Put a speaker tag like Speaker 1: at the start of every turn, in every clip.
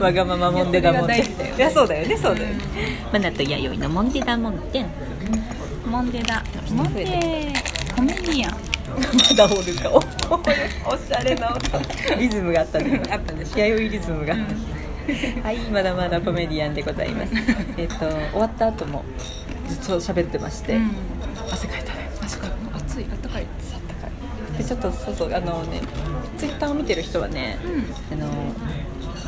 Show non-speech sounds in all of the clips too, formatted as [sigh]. Speaker 1: わがままもんでだもん
Speaker 2: い
Speaker 1: で
Speaker 2: やそれが大事だよね
Speaker 1: いやそうだよねそうだよねマナと弥生のモンデダモンデン
Speaker 2: モンデだモンデコメディアン
Speaker 1: まだおるかおおしゃれな音リズムがあったね
Speaker 2: あったでしょ
Speaker 1: 弥生リズムが、はいまだまだコメディアンでございますえっと終わった後もずっと喋ってまして、
Speaker 2: うん
Speaker 1: 汗かいたね
Speaker 2: 確かに暑い暖かい
Speaker 1: あったかいでちょっとそうそうあのねツイッターを見てる人はね、あの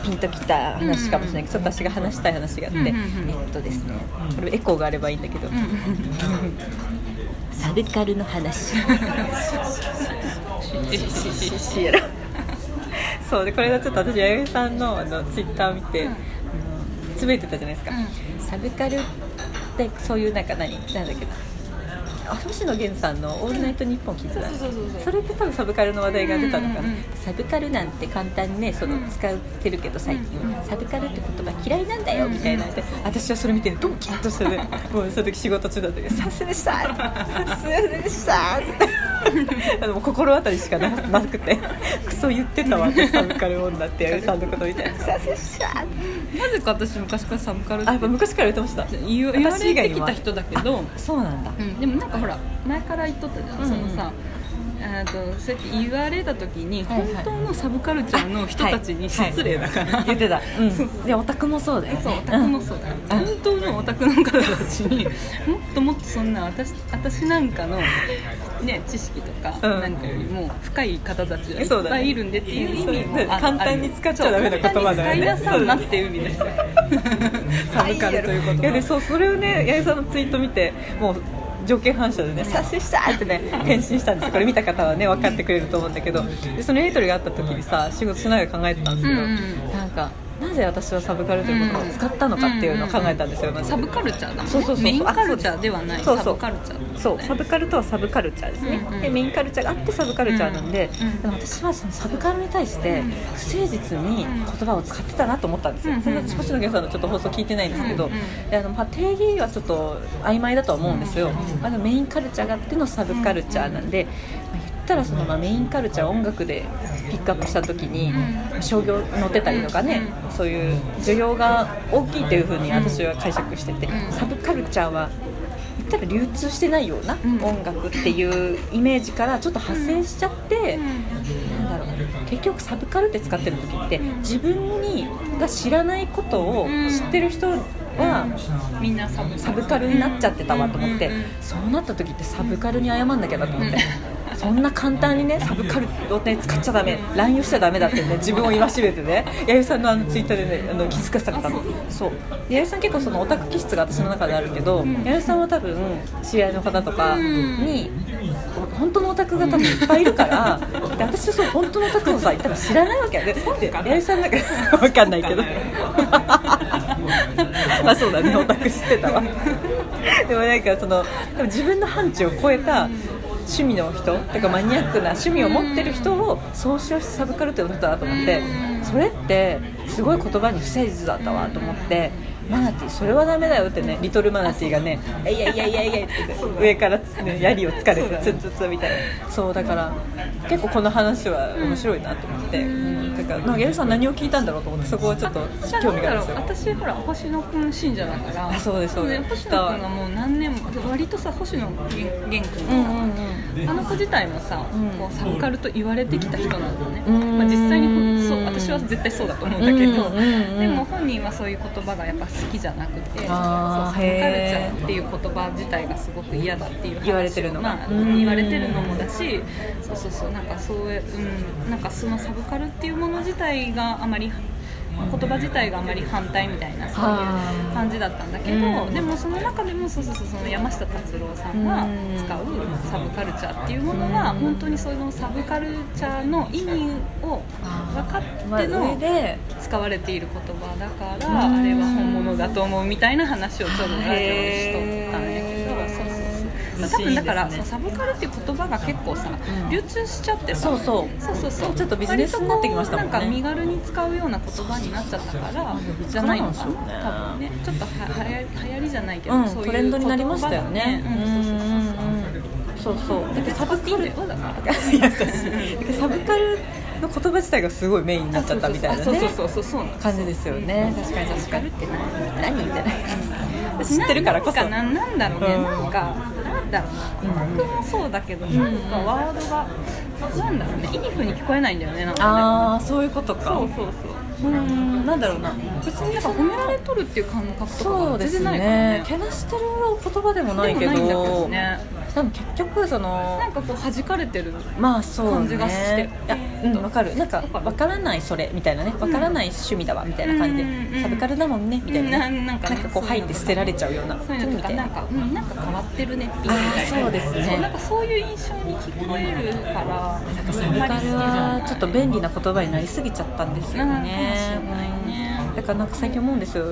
Speaker 1: ピンときた話かもしれないけど、ちょっと私が話したい話があって、
Speaker 2: うんうんうん
Speaker 1: えっとですねこれエコーがあればいいんだけど、
Speaker 2: う
Speaker 1: サルカルの話
Speaker 2: ん
Speaker 1: シエラそうでこれがちょっと私弥生さんのあのツイッターを見て、
Speaker 2: うん
Speaker 1: あのつぶやいてたじゃないですか、サブカルってそういうなんか何なんだっけなあ星野源さんの「オールナイトニッポン」聞いてた
Speaker 2: そうそうそうそう
Speaker 1: それって多分サブカルの話題が出たのかな、
Speaker 2: うんうんうん
Speaker 1: サブカルなんて簡単にねその
Speaker 2: うん
Speaker 1: 使ってるけど最近、
Speaker 2: うん
Speaker 1: サブカルって言葉嫌いなんだよみたいなで、
Speaker 2: うん
Speaker 1: 私はそれ見てドキッとして [laughs] ねもうその時仕事中だったけど「
Speaker 2: [laughs]
Speaker 1: さすでしたさすでした」ってあのもう心当たりしかななく [laughs] てクソ言ってたわってサブカル女ってやるさんのことみたいな「さすでした」って
Speaker 2: なぜか私昔からサブカルっ
Speaker 1: あ
Speaker 2: て
Speaker 1: やっぱ昔から言ってました
Speaker 2: 言わ言われてきた人だけど
Speaker 1: そうなんだ
Speaker 2: うん、でもなんかほら前から言っとったじゃん、
Speaker 1: うんうん
Speaker 2: そのさえーとそうやって言われた時に
Speaker 1: はい
Speaker 2: 本
Speaker 1: はい
Speaker 2: 当のサブカルチャーの人たちに失礼だから、
Speaker 1: 言ってた、うん、
Speaker 2: そう
Speaker 1: いやオタクもそうだよね
Speaker 2: そうオタクもそうだよ、本当のオタクの方たちにもっともっとそんな私私なんかの、ね、知識とか
Speaker 1: うん
Speaker 2: なんかよりも深い方たちがい
Speaker 1: そう
Speaker 2: っ
Speaker 1: だ
Speaker 2: ぱ
Speaker 1: ね
Speaker 2: いいるんでっていう意味も
Speaker 1: そう
Speaker 2: あ
Speaker 1: 簡単に使っちゃダメな言葉だよね
Speaker 2: そう簡単に使いなさんなっていう意味ですよサブカルというこ
Speaker 1: い
Speaker 2: と
Speaker 1: やでそうそれをね八重さんのツイート見てもう条件反射でね「察しした!」ってね返信したんですこれ見た方はね分かってくれると思うんだけどでそのやり取りがあった時にさ仕事しながら考えてたんですけど、
Speaker 2: うんうん
Speaker 1: なんかなぜ私はサブカルという言葉を使ったのかっていうのを考えたんですよ、まず
Speaker 2: サブカルチャーだもんね
Speaker 1: そうそうそうそう
Speaker 2: メインカルチャーではない
Speaker 1: そうそう
Speaker 2: サブカルチャー
Speaker 1: そうサブカルとはサブカルチャーですね、
Speaker 2: うんうん
Speaker 1: でメインカルチャーがあってサブカルチャーなんで,、
Speaker 2: うんうん
Speaker 1: でも私はそのサブカルに対して
Speaker 2: うん
Speaker 1: 不誠実に言葉を使ってたなと思ったんですよ、
Speaker 2: うんうん
Speaker 1: そんな星野源さんのちょっと放送聞いてないんですけど、
Speaker 2: うんうん
Speaker 1: であのまあ、定義はちょっと曖昧だとは思うんですよ、
Speaker 2: うん
Speaker 1: あのメインカルチャーがあってのサブカルチャーなんで、まあ言ったらそのまあメインカルチャーを音楽でピックアップした時に
Speaker 2: う
Speaker 1: 商業乗ってたりとかね、そういう需要が大きいっていう風に私は解釈してて、
Speaker 2: うん
Speaker 1: サブカルチャーは言ったら流通してないような
Speaker 2: うん
Speaker 1: 音楽っていうイメージからちょっと派生しちゃって、なんだろう結局サブカルって使ってる時って自分にが知らないことを知ってる人は、
Speaker 2: みんなサブ
Speaker 1: サブカルになっちゃってたわと思って、
Speaker 2: うんうんうん
Speaker 1: そうなった時ってサブカルに謝んなきゃだと思って、そんな簡単
Speaker 2: [laughs]
Speaker 1: にねサブカルを、ね、使っちゃダメ乱用しちゃダメだってね自分を戒めてね弥生さんのあのツイッターでねあの気づかせたかったのそうで弥生さん結構そのオタク気質が私の中であるけど、弥生さんは多分知り合いの方とかに、本当のオタクが多分いっぱいいるからで私はそう本当のオタクをさ多分知らないわけやねで
Speaker 2: かな
Speaker 1: 弥生さんなんか [laughs] わかんないけど
Speaker 2: そうかな
Speaker 1: ま [laughs] あそうだねオタク知ってたわでもなんかそのでも自分の範疇を超えた趣味の人とかマニアックな趣味を持ってる人を総称してサブカルって呼んでたなと思ってそれってすごい言葉に不誠実だったわと思ってマナティーそれはダメだよってねリトルマナティーがね「いやいやいやい [laughs] や」って言って上から、ね、槍をつかれてツンツンツンみたいなそうだから結構この話は面白いなと思って、うん、だからなんか矢部さん何を聞いたんだろうと思ってそこはちょっと
Speaker 2: 私は
Speaker 1: 興
Speaker 2: な
Speaker 1: 味
Speaker 2: ん
Speaker 1: がある
Speaker 2: だ
Speaker 1: ん
Speaker 2: ろ
Speaker 1: です
Speaker 2: う
Speaker 1: よ
Speaker 2: 私ほら星野くん信者だから
Speaker 1: あそうですそうです
Speaker 2: ね星野くんがもう何年も割とさ星野源く
Speaker 1: う
Speaker 2: ん
Speaker 1: ん
Speaker 2: が
Speaker 1: うんうん
Speaker 2: さあの子自体もさ、
Speaker 1: うん
Speaker 2: こうサブカルと言われてきた人なんだね、
Speaker 1: うん
Speaker 2: まあ、実際にそう私は絶対そうだと思うんだけど、
Speaker 1: うんうんうん
Speaker 2: でも本人はそういう言葉がやっぱ好きじゃなくてそうサブ
Speaker 1: あー
Speaker 2: カルチ
Speaker 1: へ
Speaker 2: ャ
Speaker 1: ー
Speaker 2: ーっていう言葉自体がすごく嫌だっていう話を
Speaker 1: 言われてるのが
Speaker 2: まあ、
Speaker 1: うん
Speaker 2: 言われてるのもだしそうそうそうなんかそういう、うん、なんかそのサブカルっていうもの自体があまり言葉自体があまり反対みたいなそういう
Speaker 1: あー
Speaker 2: 感じだったんだけど、
Speaker 1: うん
Speaker 2: でもその中でもそうそうそうその山下達郎さんが使うサブカルチャーっていうものは本当にそのサブカルチャーの意味を分かっての
Speaker 1: で
Speaker 2: 使われている言葉だからあれは本物だと思うみたいな話をちょっとラジオでしとったんやけど
Speaker 1: へー
Speaker 2: そうそうそう
Speaker 1: ず
Speaker 2: 多
Speaker 1: しいですね
Speaker 2: 分だからそのサブカルっていう言葉が結構さ
Speaker 1: うん
Speaker 2: 流通しちゃってさ
Speaker 1: そうそう
Speaker 2: そうそうそう
Speaker 1: ちょっとビジネスになってきましたもんね
Speaker 2: 割とこうなんか身軽に使うような言葉になっちゃったからじゃないのか
Speaker 1: そうなんでしょうね
Speaker 2: な多分ねちょっとははや流行りじゃないけど、
Speaker 1: うん、
Speaker 2: そういう
Speaker 1: トレンドになりましたよね。
Speaker 2: 言葉がねうん、そうそうそ
Speaker 1: [laughs] そう
Speaker 2: うそう
Speaker 1: そう。だってサブカル
Speaker 2: だから
Speaker 1: 優しい。だからサブカルの言葉自体がすごいメインになっちゃったみたいな
Speaker 2: そう
Speaker 1: ね
Speaker 2: そうそうそうそうなん
Speaker 1: 感じですよね確かに確かに
Speaker 2: って何
Speaker 1: 何みたいな
Speaker 2: 私
Speaker 1: 知ってるからこそ
Speaker 2: なんかななんだろうね、
Speaker 1: うん
Speaker 2: なんかなんだろうな音楽もそうだけど、なんかワードがなんだろうねいい風に聞こえないんだよねなんかね
Speaker 1: ああそういうことか
Speaker 2: そうそうそう
Speaker 1: うーんなんだろうな
Speaker 2: 別になんか褒められとるっていう感覚とか
Speaker 1: そ
Speaker 2: が
Speaker 1: うで
Speaker 2: 全
Speaker 1: す
Speaker 2: 然ないからね
Speaker 1: ねけなしてる言葉でもないけ
Speaker 2: で
Speaker 1: ど
Speaker 2: もないんだけどね
Speaker 1: でも結局その
Speaker 2: なんかこう弾かれてる
Speaker 1: まあそうね
Speaker 2: 感じがして
Speaker 1: いやうんわかるなんかわからないそれみたいなねわからない趣味だわみたいな感じ
Speaker 2: うんう
Speaker 1: で
Speaker 2: ん
Speaker 1: サブカルだもんねみたいなね
Speaker 2: うん
Speaker 1: な
Speaker 2: な
Speaker 1: んん
Speaker 2: かね
Speaker 1: かこう入って捨てられちゃうような
Speaker 2: そういうのとか
Speaker 1: みたい
Speaker 2: なん
Speaker 1: な
Speaker 2: か、うん、なんか変わってるねっていうみ
Speaker 1: あー
Speaker 2: たいな
Speaker 1: そうですね
Speaker 2: そうなんかそういう印象に聞こえるからなんか
Speaker 1: サブカルはちょっと便利な言葉になりすぎちゃったんですよね
Speaker 2: うんかもしれないね
Speaker 1: うんだからなんか最近思うんですよ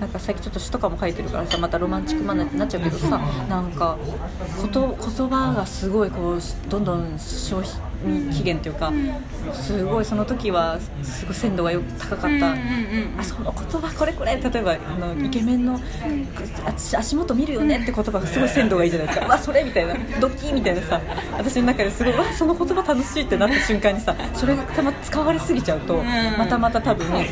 Speaker 1: なんか最近ちょっと詩とかも書いてるからさまたロマンチックマナーってなっちゃうけどさなんかこと言葉がすごいこうどんどん消費期限というかすごいその時はすごい鮮度がよ高かった
Speaker 2: うんうんうん
Speaker 1: あその言葉これこれ例えばあのイケメンのあ足足元見るよねって言葉がすごい鮮度がいいじゃないですかうわそれみたいなドキーみたいなさ私の中ですごいうわその言葉楽しいってなった瞬間にさそれがたま使われすぎちゃうと
Speaker 2: ん
Speaker 1: またまた多分イ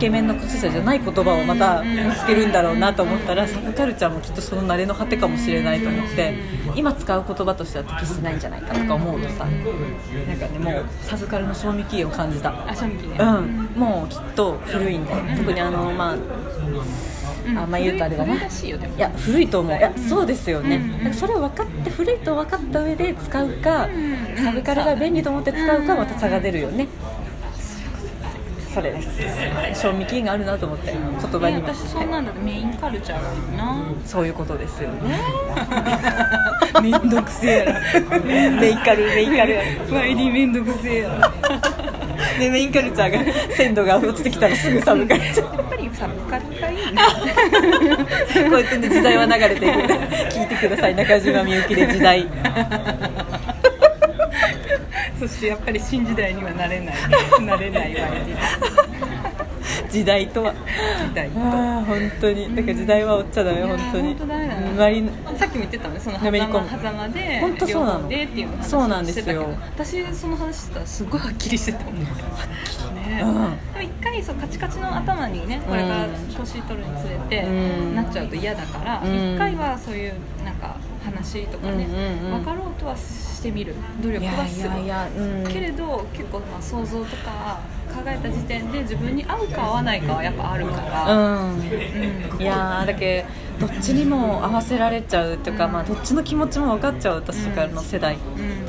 Speaker 1: ケメンの靴下じゃない言葉をまた見つけるんだろうなと思ったらサブカルチャーもきっとその慣れの果てかもしれないと思って今使う言葉としては適してないんじゃないかとか思うとさなんかねもうサブカルの賞味期限を感じた。
Speaker 2: あ賞味期限
Speaker 1: うん、もうきっと古いんだよ、特にあのまあ
Speaker 2: うん
Speaker 1: あんま言うとあれだな
Speaker 2: 古いらしいよでも
Speaker 1: いや古いと思ういや
Speaker 2: うん
Speaker 1: そうですよね、
Speaker 2: うん
Speaker 1: だからそれを分かって古いと分かった上で使うか、
Speaker 2: ん
Speaker 1: サブカルが便利と思って使うかまた差が出るよね、それです賞味期限があるなと思って言葉
Speaker 2: ね
Speaker 1: にも
Speaker 2: 私そんなんだってメインカルチャーがいいな
Speaker 1: そういうことですよねめんどくせえやろメイカルメイカル
Speaker 2: YD めんどくせえや
Speaker 1: でメインカルチャーが鮮度が落ちてきたらすぐサブカルチャー
Speaker 2: っぱりサブカルがいいね
Speaker 1: こうやってね時代は流れていくんで聞いてください中島みゆきで時代
Speaker 2: [laughs] そしてやっぱり新時代にはなれない [laughs] なれない YD
Speaker 1: 時代とは
Speaker 2: みたい
Speaker 1: ああ本当にだから時代は追っちゃダメ
Speaker 2: いや
Speaker 1: 本
Speaker 2: ー
Speaker 1: 当に
Speaker 2: 本当ダメだね
Speaker 1: 周りの
Speaker 2: さっきも言ってたのねその
Speaker 1: の
Speaker 2: 狭
Speaker 1: めり込
Speaker 2: 間
Speaker 1: む
Speaker 2: 狭間で
Speaker 1: 本当そうなの
Speaker 2: 両方でっていう話をしてたけど
Speaker 1: そうなんですよ
Speaker 2: 私その話したらすごいはっきりしてたもんねはっきりね、
Speaker 1: うん
Speaker 2: でも一回そうカチカチの頭にねこれから
Speaker 1: うん
Speaker 2: 年取るにつれて、
Speaker 1: うん
Speaker 2: なっちゃうと嫌だから
Speaker 1: うん
Speaker 2: 一、回はそういうなんか話とかね、
Speaker 1: うんうんうん
Speaker 2: 分かろうとはしてみる努力
Speaker 1: い
Speaker 2: は
Speaker 1: や
Speaker 2: す
Speaker 1: い
Speaker 2: る
Speaker 1: やいやうん
Speaker 2: けれど結構まあ想像とか考えた時点で自分に合うか合わないかはやっぱあるから、
Speaker 1: う
Speaker 2: うん
Speaker 1: んいやーだけどどっちにも合わせられちゃうっていうか、まあ、どっちの気持ちも分かっちゃう私からの世代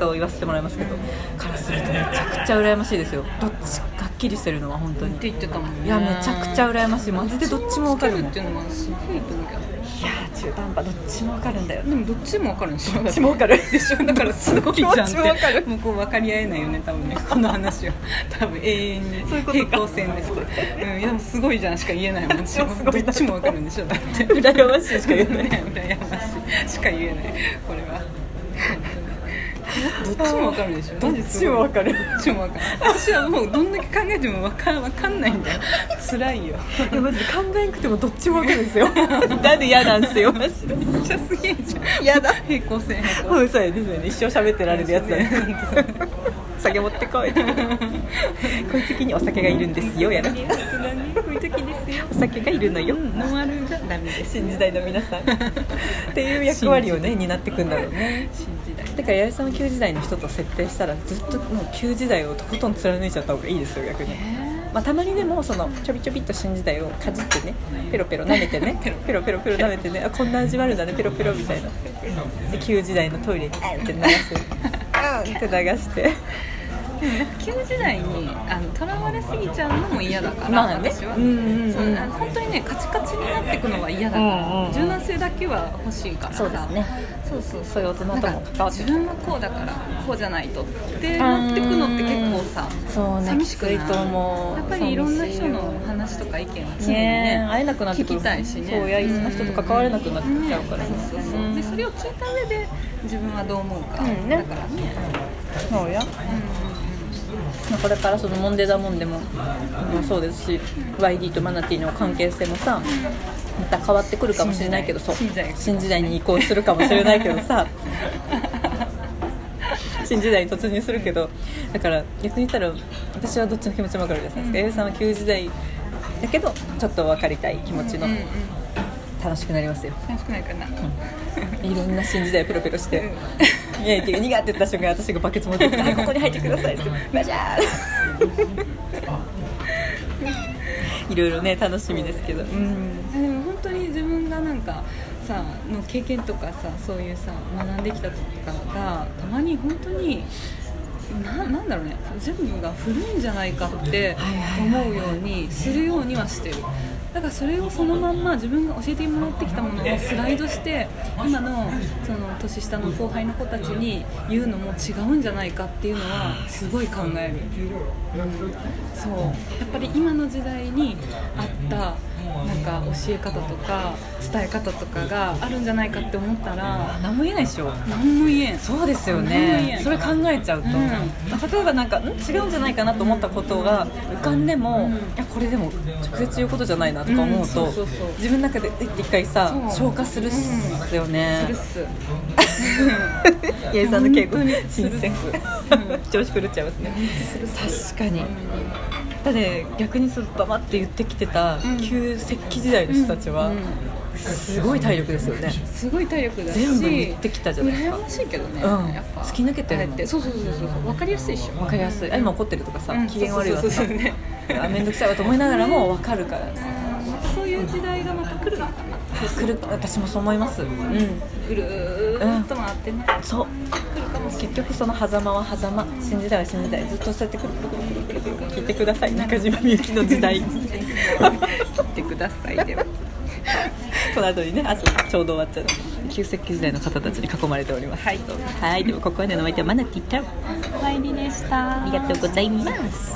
Speaker 1: と言わせてもらいますけど、からするとめちゃくちゃ羨ましいですよどっちがっきりしてるのは本当
Speaker 2: って
Speaker 1: に
Speaker 2: 言ってたもんね
Speaker 1: いやめちゃくちゃ羨まし
Speaker 2: [laughs]
Speaker 1: いマジでどっちも分かるもん
Speaker 2: っていうのはすごいと思うけど
Speaker 1: いやー中途半端どっちも分かるんだよ
Speaker 2: でもどっちも分かるんでしょど
Speaker 1: っちも分かる
Speaker 2: でしょだからすごいじゃん
Speaker 1: どっ
Speaker 2: っ
Speaker 1: ちも分か
Speaker 2: てもうこう分かり合えないよね多分ねこの話は多分永遠 [laughs] に
Speaker 1: そういうことか
Speaker 2: 平行線ですうんいやでもすごいじゃんしか言えないもんどっち
Speaker 1: もすごいな
Speaker 2: も分かるんでしょだって
Speaker 1: 羨ましいしか言えない
Speaker 2: ね羨ましいしか言えないこれはどっちも分かるでしょ
Speaker 1: どっちもわかる
Speaker 2: どっちも分かる私はもうどんだけ考えても分か分かんないんだよ辛いよ
Speaker 1: いやマジで考えなくてもどっちもわかるんですよなんで嫌なんですよマジで
Speaker 2: めっちゃすげえじゃん
Speaker 1: 嫌だ
Speaker 2: 平行線平行線
Speaker 1: うんそうやですよね一生喋ってられるやつだね酒持って [laughs] こいこういう時にお酒がいるんですよやな
Speaker 2: 本当だねこういう時ですよ
Speaker 1: お酒がいるのよ、
Speaker 2: ノンアルがダメです
Speaker 1: 新時代の皆さんっ
Speaker 2: [laughs]
Speaker 1: ていう役割をね担ってくんだろうね
Speaker 2: 新時代
Speaker 1: だから八重さんは旧時代の人と設定したらずっともう旧時代をとことん貫いちゃった方がいいですよ逆にまあ、たまにでもそのちょびちょびっと新時代をかじってねペロペロ舐めてねペロペロペロ舐めてねあこんな味わるんだねペロペロみたいなで旧時代のトイレにあーって流してあーって流して
Speaker 2: 旧時代にあのとらわれすぎちゃうのも嫌だから、
Speaker 1: まあね
Speaker 2: 私は、
Speaker 1: うんうんうん
Speaker 2: そうあの本当にねカチカチになっていくのは嫌だから、
Speaker 1: うんうんうん
Speaker 2: 柔軟性だけは欲しいからさ
Speaker 1: そうですね
Speaker 2: そうそうそ
Speaker 1: そういう大人と
Speaker 2: う
Speaker 1: も
Speaker 2: なん
Speaker 1: 関
Speaker 2: か
Speaker 1: わって
Speaker 2: 自分はこうだからこうじゃないとってなっていくのって結構さ
Speaker 1: そうね
Speaker 2: 寂しくない
Speaker 1: きついと思う
Speaker 2: やっぱりいろんな人の
Speaker 1: 寂しいよ
Speaker 2: 話とか意見は常にね
Speaker 1: ね会えなくなってくる
Speaker 2: 聞きたいしね
Speaker 1: そうやいろんな人と関われなくなっちゃうからね
Speaker 2: ねそうそうそうでそれを聞いた上で自分はどう思う
Speaker 1: う
Speaker 2: か、
Speaker 1: んね
Speaker 2: だからね、
Speaker 1: そうやまあこれからそのモンデダモンデももそうですし YD とマナティーの関係性もさまた変わってくるかもしれないけどそう
Speaker 2: 新時代 [laughs]
Speaker 1: 新時代に移行するかもしれないけどさ新時代に突入するけどだから逆に言ったら私はどっちの気持ちも分かるじゃないですか、
Speaker 2: う
Speaker 1: A さ
Speaker 2: ん
Speaker 1: んは旧時代だけどちょっと分かりたい気持ちの、
Speaker 2: うんうんうん
Speaker 1: 楽しくなりますよ
Speaker 2: 楽しくないかな、
Speaker 1: いろんな新時代ペロペロして
Speaker 2: うん
Speaker 1: 「宮城にが」って言った瞬間私がバケツ持
Speaker 2: [laughs]
Speaker 1: ってきてはい「ここに入ってください」って「 [laughs] バジャー!」
Speaker 2: [laughs]
Speaker 1: いろいろね楽しみですけど、うん、
Speaker 2: いやでも本当に自分がなんかさの経験とかさそういうさ学んできたとかがたまに本当にななんだろうね全部が古いんじゃないかって
Speaker 1: はいはいはい
Speaker 2: 思うようにするようにはしてるだからそれをそのまんま自分が教えてもらってきたものをスライドして今のその年下の後輩の子たちに言うのも違うんじゃないかっていうのはすごい考える。そうやっぱり今の時代にあったなんか教え方とか伝え方とかがあるんじゃないかって思ったら
Speaker 1: 何も言えないでしょ
Speaker 2: 何も言えん
Speaker 1: そうですよ
Speaker 2: 何も言え
Speaker 1: ね
Speaker 2: ん
Speaker 1: それ考えちゃうと、
Speaker 2: う
Speaker 1: 例えばなんかん違うんじゃないかなと思ったことが浮かんでも、
Speaker 2: うん
Speaker 1: いやこれでも直接言うことじゃないなとか思うと、
Speaker 2: うんそうそうそう
Speaker 1: 自分の中でえって一回さ
Speaker 2: そう
Speaker 1: 消化するっすよね
Speaker 2: するっす
Speaker 1: 八重さんの稽
Speaker 2: 本当に
Speaker 1: 古新鮮
Speaker 2: するう
Speaker 1: 調子狂っちゃいますね確かにだって逆にそのババって言ってきてた
Speaker 2: うん
Speaker 1: 旧石器時代の人たちは
Speaker 2: うんうん
Speaker 1: すごい体力ですよね
Speaker 2: すごい体力だし
Speaker 1: 全部言ってきたじゃないですか
Speaker 2: 羨ましいけどね、
Speaker 1: うん
Speaker 2: やっぱ
Speaker 1: 突き抜けてるもん
Speaker 2: ああやってそうそうそうそう分かりやすいっしょ
Speaker 1: わかりやすいあ今怒ってるとかさ
Speaker 2: うん
Speaker 1: 機嫌悪いわ
Speaker 2: そ
Speaker 1: と
Speaker 2: う
Speaker 1: か
Speaker 2: そうそうそうね
Speaker 1: あ面倒くさいわと思いながらもわかるから
Speaker 2: またそういう時代がまた来るのかな
Speaker 1: 来る私もそう思いますうん
Speaker 2: ぐるーっと回ってね、
Speaker 1: そう
Speaker 2: 来るかもしれ
Speaker 1: 結局その狭間は狭間新時代は新時代ずっとそうやってくるくるくるくるくるくる聞いてください中島みゆきの時代
Speaker 2: ない来てくださいでは
Speaker 1: この後にね、あとちょうど終わっちゃう旧石器時代の方たちに囲まれております。はい、はい、でもここまでのお相手はマナティちゃん、
Speaker 2: お帰りでした
Speaker 1: ありがとうございます。